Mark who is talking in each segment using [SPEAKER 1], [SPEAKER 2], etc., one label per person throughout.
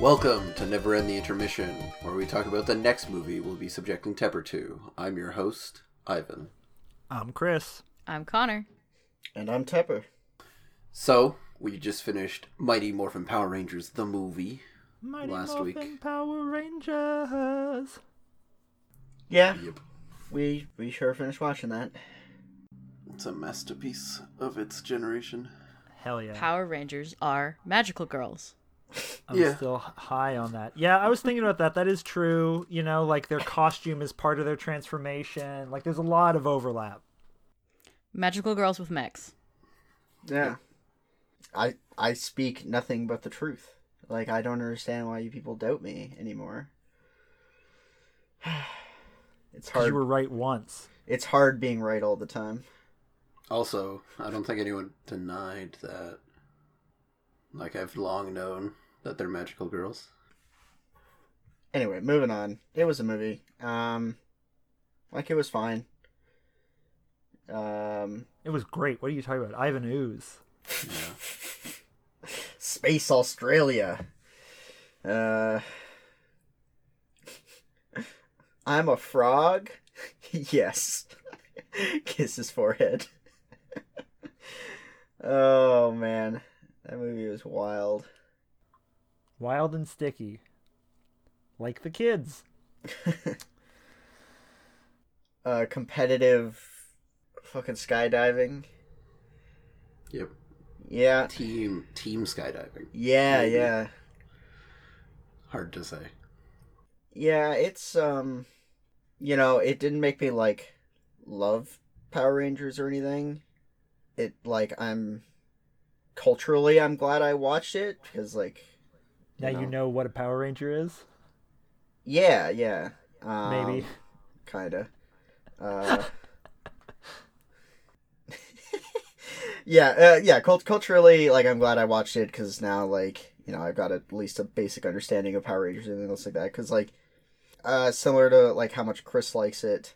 [SPEAKER 1] Welcome to Never End the Intermission, where we talk about the next movie we'll be subjecting Tepper to. I'm your host, Ivan.
[SPEAKER 2] I'm Chris.
[SPEAKER 3] I'm Connor.
[SPEAKER 4] And I'm Tepper.
[SPEAKER 1] So, we just finished Mighty Morphin Power Rangers, the movie.
[SPEAKER 2] Mighty
[SPEAKER 1] Last
[SPEAKER 2] Morphin
[SPEAKER 1] week.
[SPEAKER 2] Power Rangers.
[SPEAKER 4] Yeah,
[SPEAKER 1] Yep.
[SPEAKER 4] we we sure finished watching that.
[SPEAKER 1] It's a masterpiece of its generation.
[SPEAKER 2] Hell yeah.
[SPEAKER 3] Power Rangers are magical girls.
[SPEAKER 2] I'm
[SPEAKER 1] Yeah.
[SPEAKER 2] still h- high on that. Yeah, I was thinking about that. That is true. You know, like their costume is part of their transformation. Like there's a lot of overlap.
[SPEAKER 3] Magical girls with mechs.
[SPEAKER 4] Yeah. I I speak nothing but the truth. Like I don't understand why you people doubt me anymore. It's
[SPEAKER 2] 'Cause
[SPEAKER 4] hard.
[SPEAKER 2] You were right once.
[SPEAKER 4] It's hard being right all the time.
[SPEAKER 1] Also, I don't think anyone denied that. Like, I've long known that they're magical girls.
[SPEAKER 4] Anyway, moving on. It was a movie. Um, like it was fine. Um,
[SPEAKER 2] It was great. What are you talking about? Ivan Ooze.
[SPEAKER 4] Space Australia. Uh, I'm a frog. yes. Kiss his forehead. oh man, that movie was wild.
[SPEAKER 2] Wild and sticky. Like the kids.
[SPEAKER 4] Uh, competitive, fucking skydiving.
[SPEAKER 1] Yep.
[SPEAKER 4] Yeah,
[SPEAKER 1] Team team skydiving.
[SPEAKER 4] yeah,
[SPEAKER 1] Maybe.
[SPEAKER 4] yeah,
[SPEAKER 1] Hard to say.
[SPEAKER 4] yeah. It's um, you know, it didn't make me like love Power Rangers or anything. it like I'm culturally I'm glad I watched it because like
[SPEAKER 2] Now you
[SPEAKER 4] No.
[SPEAKER 2] know what a Power Ranger is?
[SPEAKER 4] yeah yeah um,
[SPEAKER 2] Maybe.
[SPEAKER 4] kinda uh, yeah uh, yeah cult- culturally like I'm glad I watched it because now like you know I've got at least a basic understanding of Power Rangers and things like that because like uh, similar to like how much Chris likes it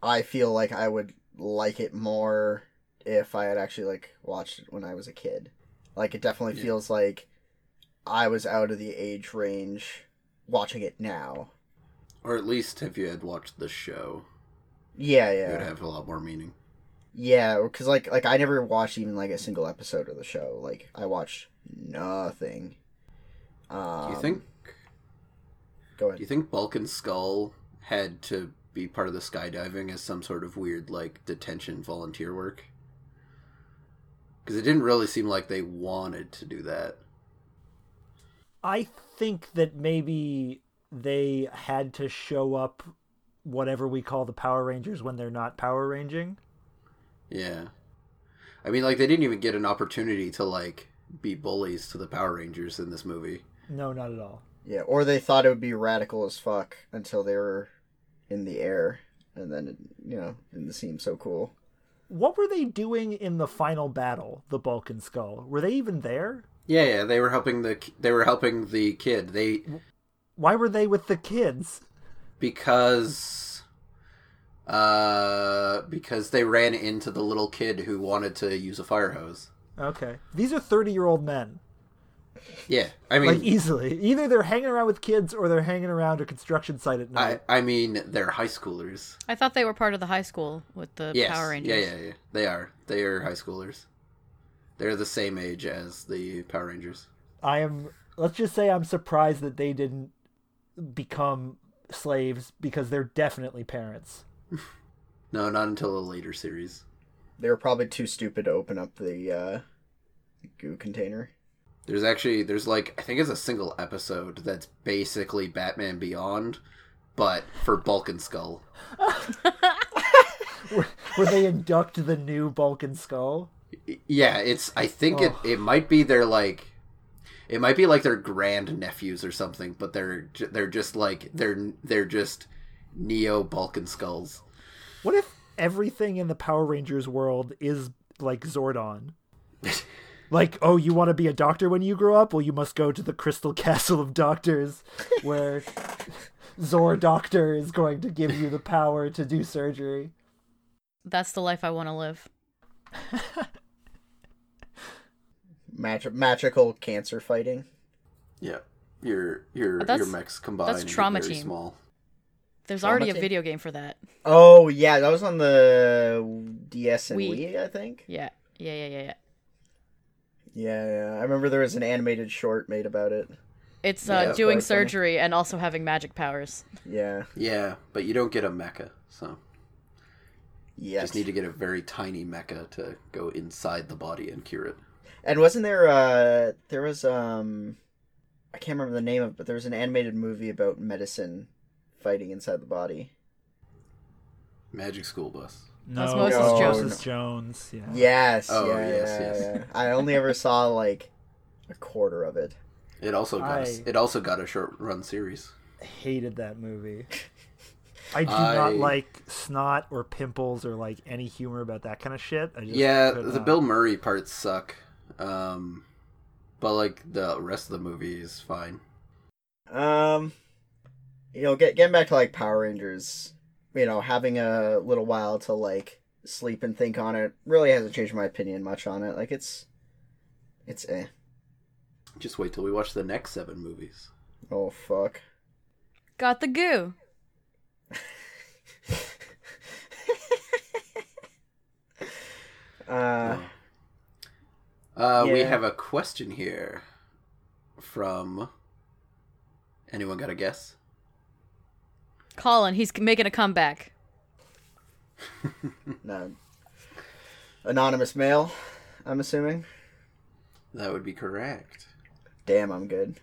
[SPEAKER 4] I feel like I would like it more if I had actually like watched it when I was a kid. Like it definitely
[SPEAKER 1] Yeah.
[SPEAKER 4] feels like I was out of the age range watching it now.
[SPEAKER 1] Or at least if you had watched the show,
[SPEAKER 4] Yeah,
[SPEAKER 1] it would
[SPEAKER 4] yeah,
[SPEAKER 1] have a lot more meaning.
[SPEAKER 4] yeah. Because like like I never watched even like a single episode of the show. Like I watched nothing. Um,
[SPEAKER 1] do you think?
[SPEAKER 4] Go
[SPEAKER 1] Do
[SPEAKER 4] ahead.
[SPEAKER 1] you think Balkan Skull had to be part of the skydiving as some sort of weird like detention volunteer work? Because it didn't really seem like they wanted to do that.
[SPEAKER 2] I think that maybe they had to show up whatever we call the Power Rangers when they're not Power Ranging.
[SPEAKER 1] Yeah, I mean, like they didn't even get an opportunity to like be bullies to the Power Rangers in this movie.
[SPEAKER 2] No, not at all.
[SPEAKER 4] Yeah, or they thought it would be radical as fuck until they were in the air, and then it, you know didn't seem so cool.
[SPEAKER 2] What were they doing in the final battle, the Balkan Skull? Were they even there?
[SPEAKER 1] Yeah, yeah, they were helping the ki- they were helping the kid. They
[SPEAKER 2] Why were they with the kids?
[SPEAKER 1] because uh because they ran into the little kid who wanted to use a fire hose.
[SPEAKER 2] Okay. These are 30 year old men.
[SPEAKER 1] Yeah, I mean,
[SPEAKER 2] Like, easily. Either they're hanging around with kids or they're hanging around a construction site at night.
[SPEAKER 1] I, I mean, they're high schoolers.
[SPEAKER 3] I thought they were part of the high school with the
[SPEAKER 1] Yes.
[SPEAKER 3] Power Rangers.
[SPEAKER 1] Yeah, yeah, yeah. They are. They are high schoolers. They're the same age as the Power Rangers.
[SPEAKER 2] I am. Let's just say I'm surprised that they didn't become slaves because they're definitely parents.
[SPEAKER 1] No, not until a later series.
[SPEAKER 4] They were probably too stupid to open up the uh, goo container.
[SPEAKER 1] There's actually there's like I think it's a single episode that's basically Batman Beyond, but for Bulk and Skull.
[SPEAKER 2] Where they induct the new Balkan skull.
[SPEAKER 1] Y- Yeah, it's I think
[SPEAKER 3] Oh.
[SPEAKER 1] it it might be their like it might be like their grand nephews or something, but they're ju- they're just like they're they're just neo Balkan skulls.
[SPEAKER 2] What if everything in the Power Rangers world is like Zordon? like, oh, you want to be a doctor when you grow up? Well, you must go to the Crystal Castle of Doctors, where Zor Doctor is going to give you the power to do surgery.
[SPEAKER 3] That's the life I want to live.
[SPEAKER 4] Magi- magical cancer fighting.
[SPEAKER 1] Yeah. your your
[SPEAKER 3] But that's-
[SPEAKER 1] your mechs combined.
[SPEAKER 3] that's Trauma
[SPEAKER 1] get very
[SPEAKER 3] Team.
[SPEAKER 1] Small.
[SPEAKER 3] There's already a
[SPEAKER 4] Traumatic.
[SPEAKER 3] video game for that.
[SPEAKER 4] Oh yeah, that was on the DS and
[SPEAKER 3] Wii.
[SPEAKER 4] Wii, I think.
[SPEAKER 3] Yeah. Yeah, yeah, yeah, yeah.
[SPEAKER 4] Yeah, yeah, I remember there was an animated short made about it.
[SPEAKER 3] It's
[SPEAKER 1] Yeah,
[SPEAKER 3] uh,
[SPEAKER 1] that's
[SPEAKER 3] doing
[SPEAKER 4] very funny.
[SPEAKER 3] surgery and also having magic powers.
[SPEAKER 4] Yeah.
[SPEAKER 1] Yeah, but you don't get a mecha, so you
[SPEAKER 4] Yes.
[SPEAKER 1] just need to get a very tiny mecha to go inside the body and cure it.
[SPEAKER 4] And wasn't there uh there was um I can't remember the name of it, but there was an animated movie about medicine fighting inside the body.
[SPEAKER 1] Magic school bus.
[SPEAKER 2] No,
[SPEAKER 3] Osmosis
[SPEAKER 2] Osmosis
[SPEAKER 4] Jones.
[SPEAKER 2] Jones, Yeah.
[SPEAKER 4] Yes.
[SPEAKER 1] Oh,
[SPEAKER 4] yeah,
[SPEAKER 1] yes,
[SPEAKER 4] yeah,
[SPEAKER 1] yes.
[SPEAKER 4] yeah. I only ever saw like a quarter of it.
[SPEAKER 1] It also got a s
[SPEAKER 2] I-
[SPEAKER 1] it also got a short run series.
[SPEAKER 2] Hated that movie. I do
[SPEAKER 1] I-
[SPEAKER 2] not like snot or pimples or like any humor about that kind of shit. I just
[SPEAKER 1] Yeah,
[SPEAKER 2] could
[SPEAKER 1] the
[SPEAKER 2] not.
[SPEAKER 1] Bill Murray parts suck, um, but like the rest of the movie is fine.
[SPEAKER 4] Um, you know, get getting back to like Power Rangers, you know, having a little while to like sleep and think on it really hasn't changed my opinion much on it. Like it's, it's eh.
[SPEAKER 1] Just wait till we watch the next seven movies.
[SPEAKER 4] Oh fuck.
[SPEAKER 3] Got the goo.
[SPEAKER 4] uh,
[SPEAKER 1] Uh, We
[SPEAKER 4] Yeah.
[SPEAKER 1] have a question here from. Anyone got a guess?
[SPEAKER 3] Colin, he's making a comeback.
[SPEAKER 4] no. Anonymous mail, I'm assuming.
[SPEAKER 1] That would be correct.
[SPEAKER 4] Damn, I'm good.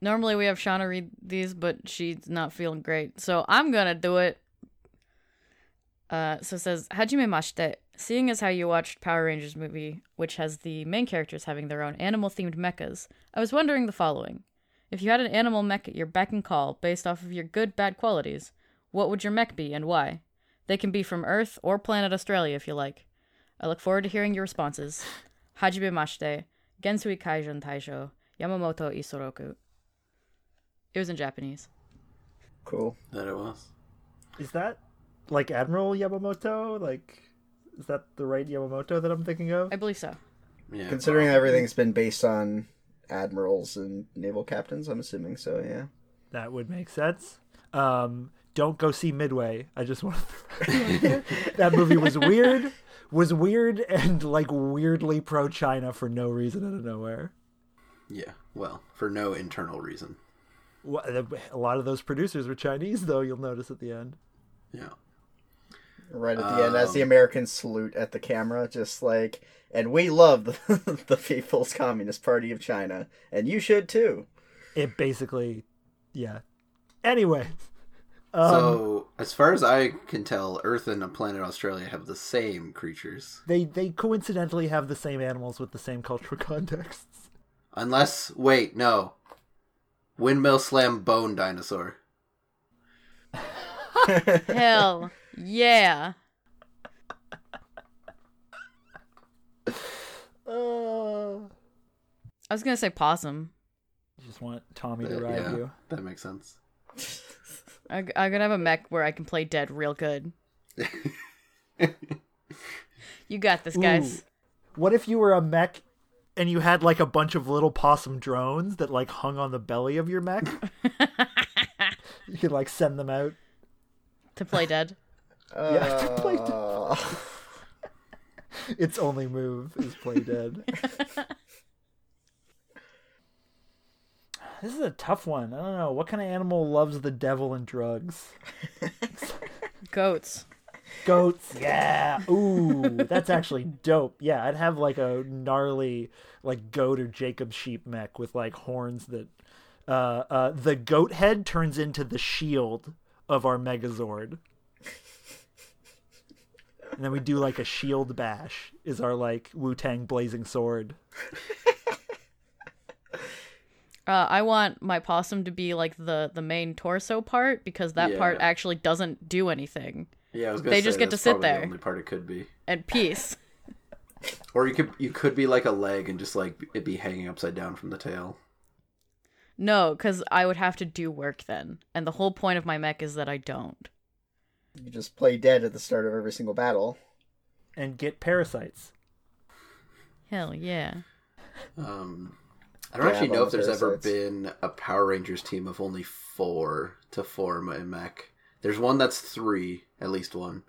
[SPEAKER 3] Normally we have Shauna read these, but she's not feeling great. So I'm gonna do it. Uh, so it says Hajime Mashite. Seeing as how you watched Power Rangers movie, which has the main characters having their own animal themed mechas, I was wondering the following. If you had an animal mech at your beck and call based off of your good bad qualities, what would your mech be and why? They can be from Earth or planet Australia if you like. I look forward to hearing your responses. Hajime Mashite, Gensui Kaijun Taisho, Yamamoto Isoroku. It was in Japanese.
[SPEAKER 4] Cool.
[SPEAKER 1] That it was.
[SPEAKER 2] Is that like Admiral Yamamoto? Like, is that the right Yamamoto that I'm thinking of?
[SPEAKER 3] I believe so.
[SPEAKER 1] Yeah.
[SPEAKER 4] Considering everything's been based on admirals and naval captains, I'm assuming so. Yeah.
[SPEAKER 2] That would make sense. Um, don't go see Midway. I just want to. that movie was weird, was weird, and like weirdly pro China for no reason out of nowhere.
[SPEAKER 1] Yeah. Well, for no internal reason.
[SPEAKER 2] Wha- A lot of those producers were Chinese, though. You'll notice at the end.
[SPEAKER 1] Yeah.
[SPEAKER 4] Right at the end, as the
[SPEAKER 2] Um,
[SPEAKER 4] Americans salute at the camera, just like, and we love the, the People's Communist Party of China, and you should too.
[SPEAKER 2] It basically, yeah. Anyway, um,
[SPEAKER 1] so, as far as I can tell, Earth and planet Australia have the same creatures,
[SPEAKER 2] they they coincidentally have the same animals with the same cultural contexts.
[SPEAKER 1] unless wait, no. Windmill slam bone dinosaur.
[SPEAKER 3] Hell yeah.
[SPEAKER 2] Uh,
[SPEAKER 3] I was gonna say possum.
[SPEAKER 2] you just want Tommy to
[SPEAKER 1] Uh,
[SPEAKER 2] ride
[SPEAKER 1] yeah,
[SPEAKER 2] you.
[SPEAKER 1] that makes sense.
[SPEAKER 3] I, am gonna have a mech where I can play dead real good. you got this, guys.
[SPEAKER 2] What if you were a mech and you had like a bunch of little possum drones that like hung on the belly of your mech? you could like send them out.
[SPEAKER 3] To play dead.
[SPEAKER 2] Yeah, to play dead.
[SPEAKER 4] Uh,
[SPEAKER 2] Its only move is play dead. this is a tough one. I don't know. What kind of animal loves the devil and drugs?
[SPEAKER 3] Goats.
[SPEAKER 2] Goats. Yeah. Ooh, that's actually dope. Yeah, I'd have like a gnarly like goat or Jacob sheep mech with like horns that uh uh the goat head turns into the shield of our Megazord. And then we do like a shield bash is our like Wu Tang blazing sword.
[SPEAKER 3] Uh, I want my possum to be like the the main torso part because that
[SPEAKER 1] Yeah.
[SPEAKER 3] part actually doesn't do anything.
[SPEAKER 1] Yeah, I was gonna
[SPEAKER 3] They
[SPEAKER 1] say
[SPEAKER 3] just get to
[SPEAKER 1] that's
[SPEAKER 3] sit
[SPEAKER 1] probably
[SPEAKER 3] there.
[SPEAKER 1] The only part it could be,
[SPEAKER 3] And peace.
[SPEAKER 1] or you could you could be like a leg and just like it be hanging upside down from the tail.
[SPEAKER 3] No, because I would have to do work then, and the whole point of my mech is that I don't.
[SPEAKER 4] you just play dead at the start of every single battle.
[SPEAKER 2] And get parasites.
[SPEAKER 3] Hell yeah.
[SPEAKER 1] Um, I don't
[SPEAKER 4] Yeah,
[SPEAKER 1] actually know if
[SPEAKER 4] Bone
[SPEAKER 1] there's ever
[SPEAKER 4] Parasites.
[SPEAKER 1] been a Power Rangers team of only four to form a mech. There's one that's three, at least one,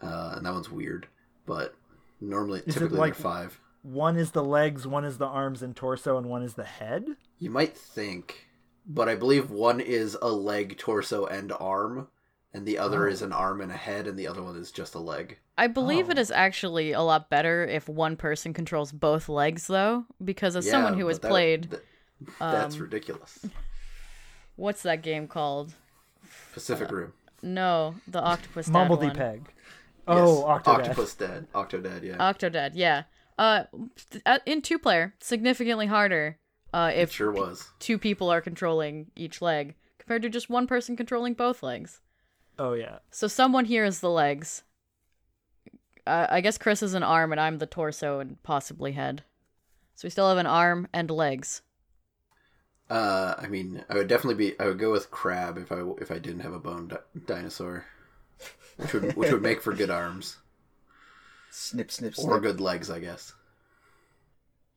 [SPEAKER 1] uh, and that one's weird. But normally,
[SPEAKER 2] it
[SPEAKER 1] typically,
[SPEAKER 2] like-
[SPEAKER 1] they're five.
[SPEAKER 2] One is the legs, one is the arms and torso, and one is the head.
[SPEAKER 1] You might think, but I believe one is a leg, torso, and arm, and the other
[SPEAKER 2] Oh.
[SPEAKER 1] is an arm and a head, and the other one is just a leg.
[SPEAKER 3] I believe
[SPEAKER 2] Oh.
[SPEAKER 3] it is actually a lot better if one person controls both legs, though, because as someone
[SPEAKER 1] Yeah,
[SPEAKER 3] who has
[SPEAKER 1] but that-
[SPEAKER 3] played,
[SPEAKER 1] that- that's
[SPEAKER 3] um,
[SPEAKER 1] ridiculous.
[SPEAKER 3] what's that game called?
[SPEAKER 1] Pacific Rim.
[SPEAKER 3] No, the Octopus Dad
[SPEAKER 2] Mumbledy
[SPEAKER 3] one.
[SPEAKER 2] Peg. Oh,
[SPEAKER 1] Yes.
[SPEAKER 2] Octodad.
[SPEAKER 1] Octopus Dad. Octodad, yeah.
[SPEAKER 3] Octodad, yeah. Uh, uh, in two player, significantly harder. Uh,
[SPEAKER 1] it
[SPEAKER 3] if
[SPEAKER 1] sure was.
[SPEAKER 3] two people are controlling each leg compared to just one person controlling both legs.
[SPEAKER 2] Oh yeah.
[SPEAKER 3] So someone here is the legs. Uh, I guess Chris is an arm and I'm the torso and possibly head. So we still have an arm and legs.
[SPEAKER 1] Uh, I mean, I would definitely be. I would go with crab if I if I didn't have a bone di- dinosaur, which would which would make for good arms
[SPEAKER 4] Snip, snip, snip.
[SPEAKER 1] or good legs, I guess.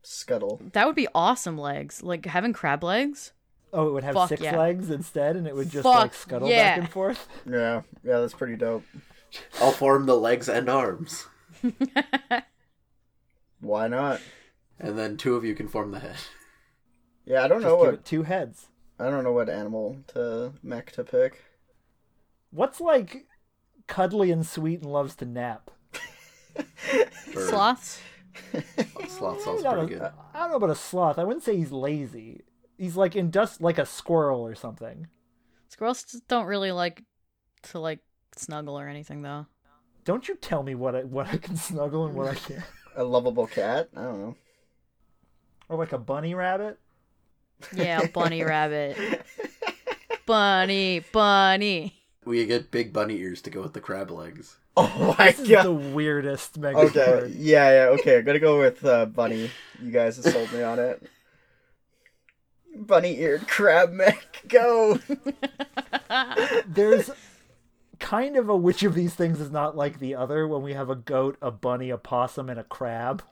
[SPEAKER 4] Scuttle.
[SPEAKER 3] That would be awesome legs. Like having crab legs.
[SPEAKER 2] Oh, it would have
[SPEAKER 3] Fuck
[SPEAKER 2] six
[SPEAKER 3] yeah.
[SPEAKER 2] legs instead, and it would just
[SPEAKER 3] Fuck
[SPEAKER 2] like scuttle
[SPEAKER 3] yeah.
[SPEAKER 2] back and forth.
[SPEAKER 4] Yeah, yeah, that's pretty dope.
[SPEAKER 1] I'll form the legs and arms,
[SPEAKER 4] Why not?
[SPEAKER 1] and then two of you can form the head.
[SPEAKER 4] Yeah, I don't
[SPEAKER 2] Just
[SPEAKER 4] know
[SPEAKER 2] give
[SPEAKER 4] what
[SPEAKER 2] it two heads.
[SPEAKER 4] I don't know what animal to mech to pick.
[SPEAKER 2] What's like cuddly and sweet and loves to nap?
[SPEAKER 1] Or-
[SPEAKER 3] Sloths.
[SPEAKER 1] Sloth sounds
[SPEAKER 2] I,
[SPEAKER 1] pretty
[SPEAKER 2] don't
[SPEAKER 1] good.
[SPEAKER 2] know, I don't know about a sloth. I wouldn't say he's lazy. He's like indust like a squirrel or something.
[SPEAKER 3] Squirrels just don't really like to like snuggle or anything though.
[SPEAKER 2] Don't you tell me what I what I can snuggle and what I can't.
[SPEAKER 4] A lovable cat? I don't know.
[SPEAKER 2] Or like a bunny rabbit.
[SPEAKER 3] Yeah, bunny rabbit. Bunny, bunny.
[SPEAKER 1] We get big bunny ears to go with the crab legs.
[SPEAKER 4] Oh my
[SPEAKER 2] This is the weirdest mega
[SPEAKER 4] Okay, yeah, yeah, okay. I'm gonna go with uh, bunny. You guys have sold me on it. Bunny-eared crab mech, go!
[SPEAKER 2] There's kind of a which of these things is not like the other when we have a goat, a bunny, a possum, and a crab.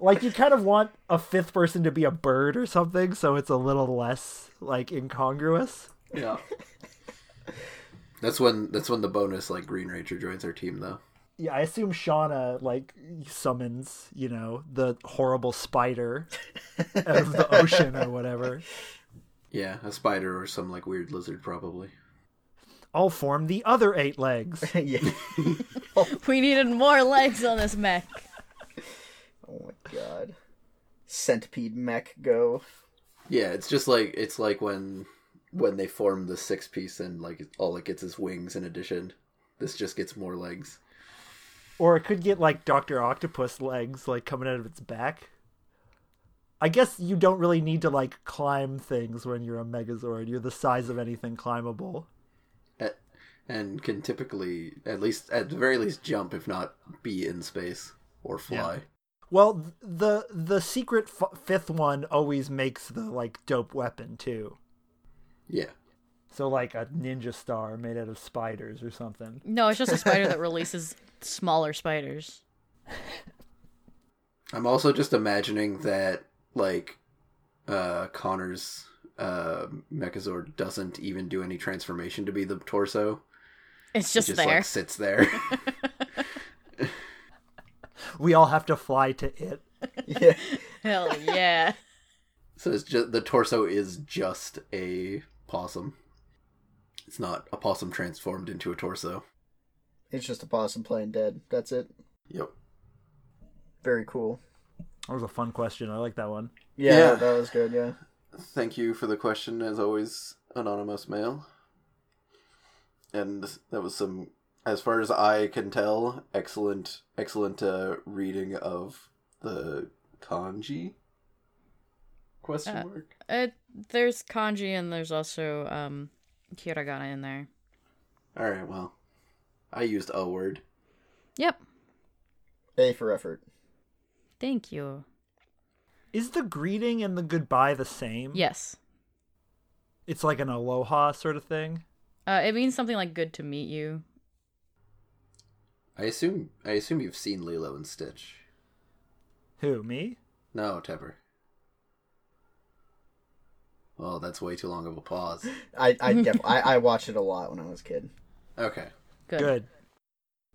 [SPEAKER 2] like you kind of want a fifth person to be a bird or something, so it's a little less like incongruous.
[SPEAKER 1] Yeah. That's when that's when the bonus like Green Ranger joins our team though.
[SPEAKER 2] Yeah, I assume Shauna like summons, you know, the horrible spider out of the ocean or whatever.
[SPEAKER 1] Yeah, a spider or some like weird lizard probably.
[SPEAKER 2] I'll form the other eight legs.
[SPEAKER 4] yeah.
[SPEAKER 3] We needed more legs on this mech.
[SPEAKER 4] Oh my god. Centipede mech, go.
[SPEAKER 1] Yeah, it's just like it's like when when they form the six piece and like all it gets is wings in addition. This just gets more legs.
[SPEAKER 2] Or it could get like Doctor Octopus legs, like coming out of its back. I guess you don't really need to like climb things when you're a Megazord. You're the size of anything climbable.
[SPEAKER 1] A- and can typically at least at the very least jump if not be in space or fly.
[SPEAKER 2] Well, th- the the secret f- fifth one always makes the like dope weapon too.
[SPEAKER 1] Yeah.
[SPEAKER 2] So like a ninja star made out of spiders or something.
[SPEAKER 3] No, it's just a spider that releases smaller spiders.
[SPEAKER 1] I'm also just imagining that like uh Connor's uh Mechazord doesn't even do any transformation to be the torso.
[SPEAKER 3] It's
[SPEAKER 1] It
[SPEAKER 3] just,
[SPEAKER 1] just
[SPEAKER 3] there.
[SPEAKER 1] like sits there.
[SPEAKER 2] We all have to fly to it.
[SPEAKER 4] Yeah.
[SPEAKER 3] Hell yeah.
[SPEAKER 1] So it's just the torso is just a possum. It's not a possum transformed into a torso.
[SPEAKER 4] It's just a possum playing dead. That's it.
[SPEAKER 1] Yep.
[SPEAKER 4] Very cool.
[SPEAKER 2] That was a fun question. I like that one.
[SPEAKER 4] Yeah,
[SPEAKER 1] Yeah.
[SPEAKER 4] That, that was good, yeah.
[SPEAKER 1] Thank you for the question, as always, anonymous mail. And that was some, as far as I can tell, excellent, excellent uh, reading of the kanji. Question
[SPEAKER 3] Uh,
[SPEAKER 1] mark.
[SPEAKER 3] It, there's kanji and there's also um, hiragana in there.
[SPEAKER 1] All right. Well, I used a word.
[SPEAKER 3] Yep.
[SPEAKER 4] A for effort.
[SPEAKER 3] Thank you.
[SPEAKER 2] Is the greeting and the goodbye the same?
[SPEAKER 3] Yes.
[SPEAKER 2] It's like an aloha sort of thing.
[SPEAKER 3] Uh, it means something like good to meet you.
[SPEAKER 1] I assume. I assume you've seen Lilo and Stitch.
[SPEAKER 2] Who, me?
[SPEAKER 1] No, Tepper. Oh, that's way too long of a pause.
[SPEAKER 4] I I, def- I I watched it a lot when I was a kid.
[SPEAKER 1] Okay.
[SPEAKER 3] Good.
[SPEAKER 2] Good.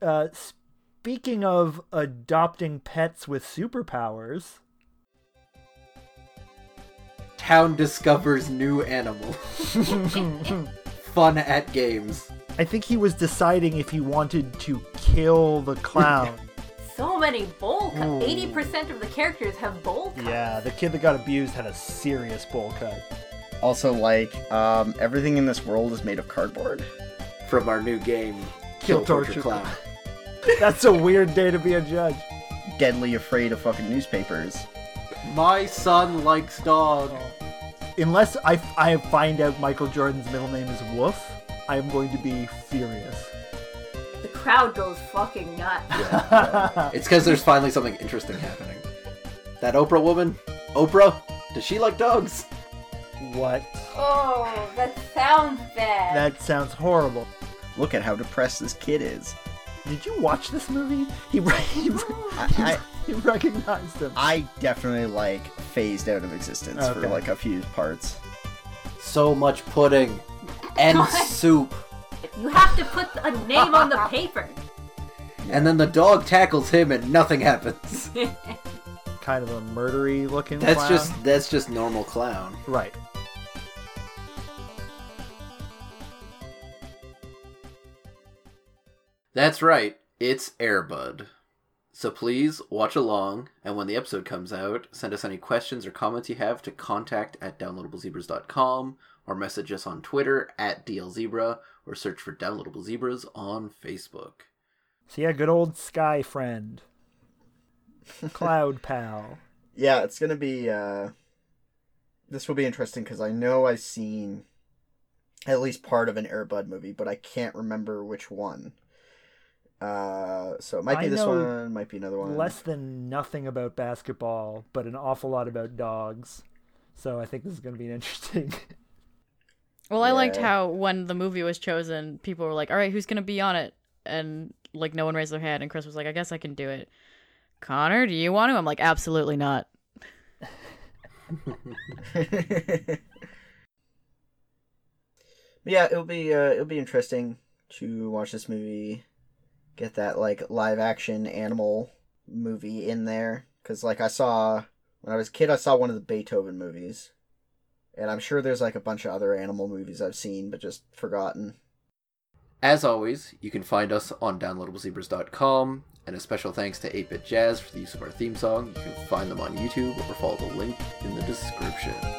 [SPEAKER 2] Uh, speaking of adopting pets with superpowers,
[SPEAKER 1] Town discovers new animal. Fun at games.
[SPEAKER 2] I think he was deciding if he wanted to kill the clown.
[SPEAKER 5] So many bowl cuts. Eighty percent of the characters have bowl cuts.
[SPEAKER 2] yeah, the kid that got abused had a serious bowl cut.
[SPEAKER 4] Also, like um, everything in this world is made of cardboard.
[SPEAKER 1] From our new game,
[SPEAKER 2] Kill
[SPEAKER 1] Kill Torture
[SPEAKER 2] Torture
[SPEAKER 1] Clown.
[SPEAKER 2] That's a weird day to be a judge.
[SPEAKER 4] Deadly afraid of fucking newspapers.
[SPEAKER 1] My son likes dog.
[SPEAKER 2] Oh, Unless I, I find out Michael Jordan's middle name is Wolf, I'm going to be furious.
[SPEAKER 5] The crowd goes fucking nuts.
[SPEAKER 1] It's because there's finally something interesting happening. That Oprah woman, Oprah, does she like dogs?
[SPEAKER 2] What?
[SPEAKER 5] Oh, that sounds bad.
[SPEAKER 2] That sounds horrible.
[SPEAKER 4] Look at how depressed this kid is.
[SPEAKER 2] Did you watch this movie? He, re- he, re-
[SPEAKER 4] I
[SPEAKER 2] he recognized him.
[SPEAKER 4] I, I definitely like phased out of existence for
[SPEAKER 2] Okay.
[SPEAKER 4] like a few parts.
[SPEAKER 1] So much pudding and soup.
[SPEAKER 5] You have to put a name on the paper.
[SPEAKER 1] And then the dog tackles him and nothing happens.
[SPEAKER 2] kind of a murdery looking
[SPEAKER 1] That's
[SPEAKER 2] clown.
[SPEAKER 1] just that's just normal clown.
[SPEAKER 2] Right.
[SPEAKER 1] That's right. It's Airbud. So please watch along, and when the episode comes out, send us any questions or comments you have to contact at downloadablezebras.com or message us on Twitter at DLZebra or search for Downloadable Zebras on Facebook.
[SPEAKER 2] So yeah, good old Sky friend, Cloud pal.
[SPEAKER 4] Yeah, it's gonna be. Uh, this will be interesting because I know I've seen at least part of an Airbud movie, but I can't remember which one. Uh, so it might be
[SPEAKER 2] I
[SPEAKER 4] this
[SPEAKER 2] know
[SPEAKER 4] one, might be another one.
[SPEAKER 2] Less than nothing about basketball, but an awful lot about dogs. So I think this is going to be interesting.
[SPEAKER 3] Well, I liked
[SPEAKER 4] Yeah.
[SPEAKER 3] how when the movie was chosen, people were like, "All right, who's gonna be on it?" And like, no one raised their hand, and Chris was like, "I guess I can do it." Connor, do you want to? I'm like, absolutely not.
[SPEAKER 4] But yeah, it'll be uh, it'll be interesting to watch this movie, get that like live action animal movie in there because like I saw when I was a kid, I saw one of the Beethoven movies, and I'm sure there's like a bunch of other animal movies I've seen but just forgotten.
[SPEAKER 1] As always, you can find us on downloadablezebras.com, and a special thanks to 8-Bit Jazz for the use of our theme song. You can find them on YouTube or follow the link in the description.